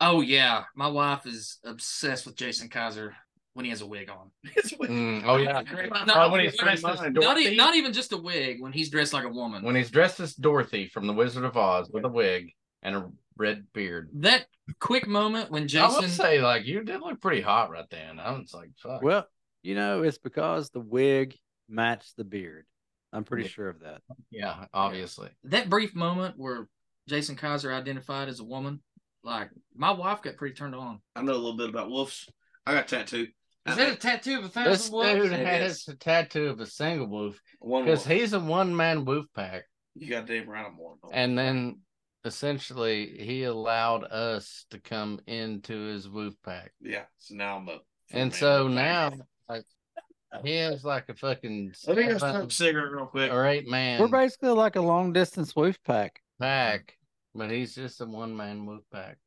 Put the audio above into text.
Oh yeah, my wife is obsessed with Jason Kaiser when he has a wig on. Mm, oh yeah. No, Oh, when he's dressed as Not, e- Dorothy? not even just a wig when he's dressed like a woman. When he's dressed as Dorothy from The Wizard of Oz with a wig and a red beard. that quick moment when I would Jason say like you did look pretty hot right then. I was like, fuck. Well, you know, it's because the wig matched the beard. I'm pretty Yeah. sure of that. yeah, obviously. that brief moment where Jason Kaiser identified as a woman, like my wife got pretty turned on. I know a little bit about wolves. I got tattooed. Is that a tattoo of a thousand This wolves? dude It has is. a tattoo of a single wolf One because wolf. he's a one man wolf pack. You got damn right I'm one. wolf. And then essentially he allowed us to come into his wolf pack. yeah, so now I'm a. And so now like he is like a fucking Let me go seven smoke a cigarette real quick. or eight man We're basically like a long distance wolf pack. pack, but he's just a one man wolf pack.